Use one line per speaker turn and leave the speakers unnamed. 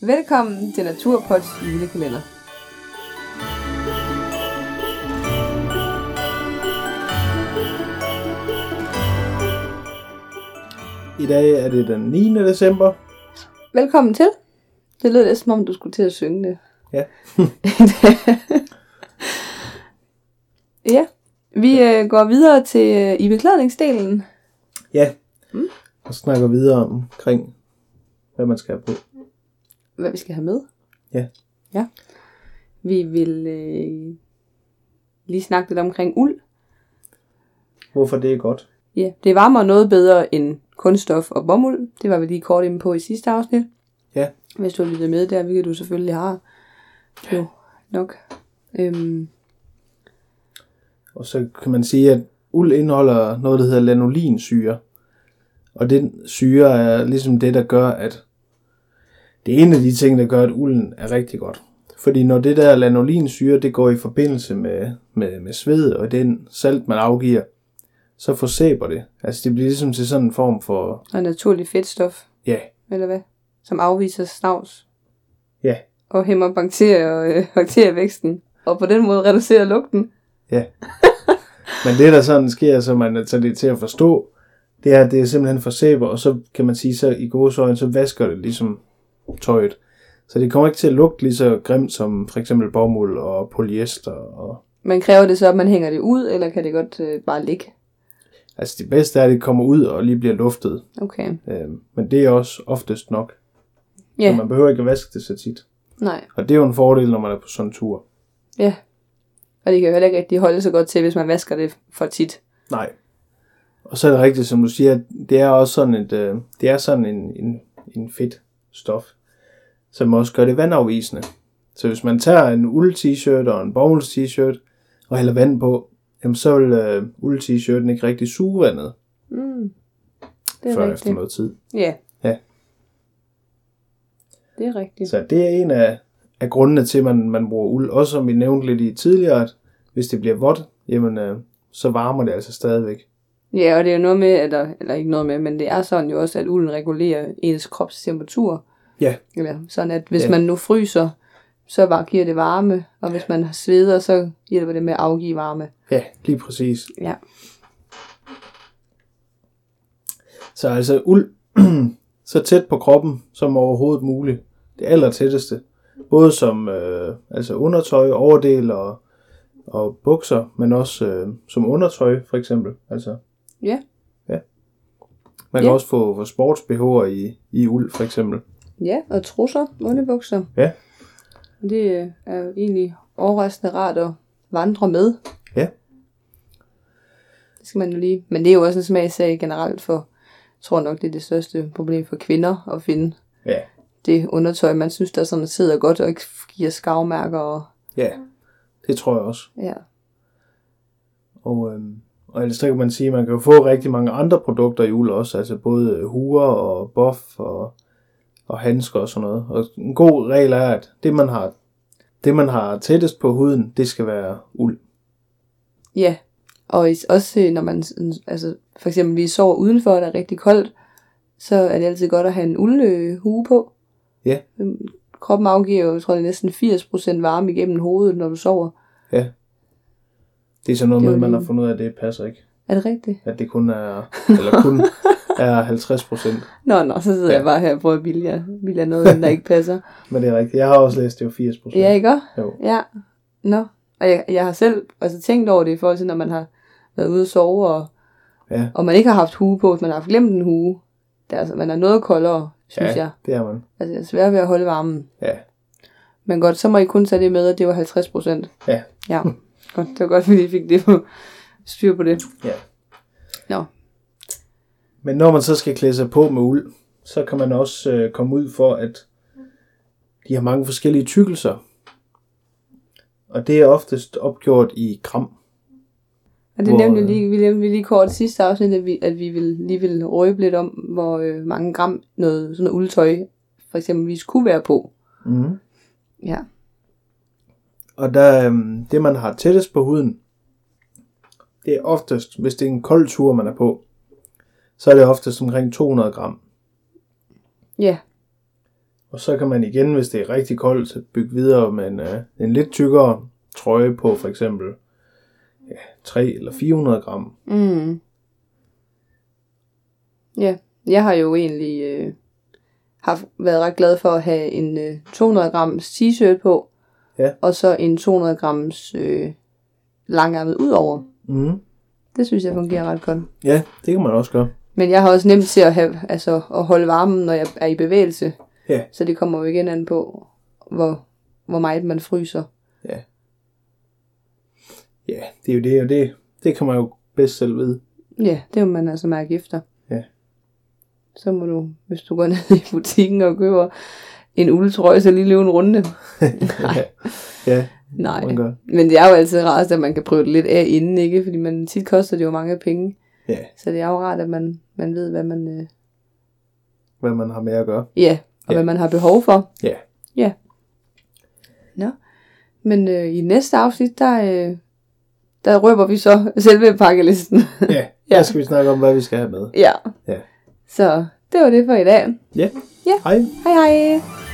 Velkommen til Naturpods julekalender.
I dag er det den 9. december.
Velkommen til. Det lød lidt som om, du skulle til at synge det.
Ja.
ja. Vi øh, går videre til øh, i beklædningsdelen.
Ja.
Mm.
Og snakker videre omkring, hvad man skal have på.
Hvad vi skal have med.
Ja.
Ja. Vi vil øh, lige snakke lidt omkring uld.
Hvorfor det er godt.
Ja, det varmer noget bedre end kunststof og bomuld. Det var vi lige kort inde på i sidste afsnit.
Ja.
Hvis du har lyttet med der, hvilket du selvfølgelig har. Jo, nok. Øhm,
Og så kan man sige, at uld indeholder noget, der hedder lanolinsyre. Og den syre er ligesom det, der gør, at det er en af de ting, der gør, at ulden er rigtig godt. Fordi når det der lanolinsyre, det går i forbindelse med, med, med sved og den salt, man afgiver, så forsæber det. Altså det bliver ligesom til sådan en form for,
og naturlig fedtstof,
ja,
eller hvad? Som afviser snavs.
Ja.
Og hæmmer bakterier og øh, bakterievæksten. Og på den måde reducerer lugten.
Men det, der sådan sker, så man er det til at forstå, det er, at det er simpelthen for sæber, og så kan man sige, så i gode øjne, så vasker det ligesom tøjet. Så det kommer ikke til at lugte lige så grimt som for eksempel bomuld og polyester. Og...
Man kræver det så, at man hænger det ud, eller kan det godt øh, bare ligge?
Altså det bedste er, at det kommer ud og lige bliver luftet.
Okay.
Øhm, men det er også oftest nok.
Ja,
Så man behøver ikke at vaske det så tit.
nej.
Og det er jo en fordel, når man er på sådan en tur.
Ja. Og det kan jo heller ikke rigtig holde så godt til, hvis man vasker det for tit.
Nej. Og så er det rigtigt, som du siger, at det er også sådan, et, øh, det er sådan en, en, en fedt stof, som også gør det vandafvisende. Så hvis man tager en uld-t-shirt og en bomulds-t-shirt og hælder vand på, jamen så vil øh, uld-t-shirten ikke rigtig suge vandet
Mm. Det er
før efter
rigtigt.
noget tid.
Ja.
Ja.
Det er rigtigt.
Så det er en af, af grundene til, at man, man bruger uld. Også som vi nævnte lidt i tidligere, at hvis det bliver vådt, jamen øh, så varmer det altså stadigvæk.
Ja, og det er jo noget med, eller, eller ikke noget med, men det er sådan jo også, at ulden regulerer ens krops temperatur.
Ja.
Eller sådan, at hvis
Ja.
man nu fryser, så bare giver det varme, og hvis man sveder, så hjælper det med at afgive varme.
Ja, lige præcis.
Ja.
Så altså uld så tæt på kroppen som overhovedet muligt. Det aller tætteste. Både som øh, altså undertøj, overdel og, og bukser, men også øh, som undertøj for eksempel. Altså,
Ja.
ja. Man kan
Ja.
også få, få sports-BH'er i, i uld for eksempel.
Ja, og trusser, underbukser.
Ja.
Og Det øh, er jo egentlig overraskende rart at vandre med.
Ja.
Det skal man jo lige. Men det er jo også en smagssag generelt for, jeg tror nok, det er det største problem for kvinder at finde
Ja.
det undertøj, man synes, der sådan sidder godt og ikke giver skavmærker. Og,
Ja, det tror jeg også.
ja.
Og, øhm, og ellers så kan man sige, at man kan jo få rigtig mange andre produkter i uld også, altså både øh, huer og buff og, og handsker og sådan noget. Og en god regel er, at det man har, det, man har tættest på huden, det skal være uld.
ja. Og is- også øh, når man, sådan- altså for eksempel vi sover udenfor, og der er rigtig koldt, så er det altid godt at have en uldhue på.
Ja.
Øhm, Kroppen afgiver jo, jeg tror det er næsten 80% varme igennem hovedet, når du sover.
Det er sådan noget
Det er
med,
jo
man
lige-
har fundet ud af, at det passer ikke.
Er det rigtigt?
At det kun er, eller kun er 50 procent.
Nå, nå, så sidder
Ja.
ja. jeg bare her og prøver at bilde jer, bilde jer noget, ind, der ikke passer.
Men det er rigtigt. Jeg har også læst, det er jo 80 procent.
Ja, ikke også?
Jo.
Ja. Nå. Og jeg, jeg har selv altså, tænkt over det i forhold til, når man har været ude og sove, og,
Ja.
og man ikke har haft hue på, hvis man har haft glemt en hue. Det er, altså, man er noget koldere, synes
ja,
jeg.
det er man.
Altså, jeg er svær ved at holde varmen.
Ja.
Men godt, så må I kun tage det med, at det var 50 procent.
Ja.
Ja.
Hm.
Godt, det var godt, at vi fik det på styr på det.
Ja.
Nå.
Men når man så skal klæde sig på med uld, så kan man også øh, komme ud for, at de har mange forskellige tykkelser. Og det er oftest opgjort i gram.
Og det
Hvor,
nævnte vi
øh,
lige, vi nævnte lige kort i sidste afsnit, at vi, at vi vil, lige ville røbe lidt om, hvor øh, mange gram noget sådan noget uldtøj for eksempelvis kunne være på.
Mm.
Ja.
Og der, øh, det, man har tættest på huden, det er oftest, hvis det er en kold tur, man er på, så er det oftest omkring 200 gram.
Ja.
Og så kan man igen, hvis det er rigtig koldt, så bygge videre med en, øh, en lidt tykkere trøje på for eksempel ja, 3 eller 400 gram.
Mm. Ja, jeg har jo egentlig øh, haft, været ret glad for at have en øh, 200 grams t-shirt på,
Ja.
og så en 200 grams øh, langærmet udover.
Mm.
Det synes jeg fungerer ret godt.
Ja, det kan man også gøre.
Men jeg har også nemt til at, have, altså, at holde varmen, når jeg er i bevægelse.
Ja.
Så det kommer jo igen an på, hvor, hvor meget man fryser.
Ja, det er jo det, og det, det kan man jo bedst selv vide.
Ja, det må man altså mærke efter.
Ja.
Så må du, hvis du går ned i butikken og køber en uldtrøje, så lige løbe en runde. Nej.
ja,
Nej.
man gør.
Men det er jo altid rart, at man kan prøve det lidt af inden, ikke? Fordi man, tit koster det jo mange penge.
Ja,
Så det er jo rart, at man, man ved, hvad man, øh,
hvad man har med at gøre.
ja, og
Ja.
hvad man har behov for.
Ja.
Ja. Nå. Men øh, i næste afsnit, der, øh, der røber vi så selve pakkelisten.
Ja, der skal vi snakke om, hvad vi skal have med.
ja.
Ja.
Så det var det for i dag.
Ja,
Ja.
hej.
Hej hej.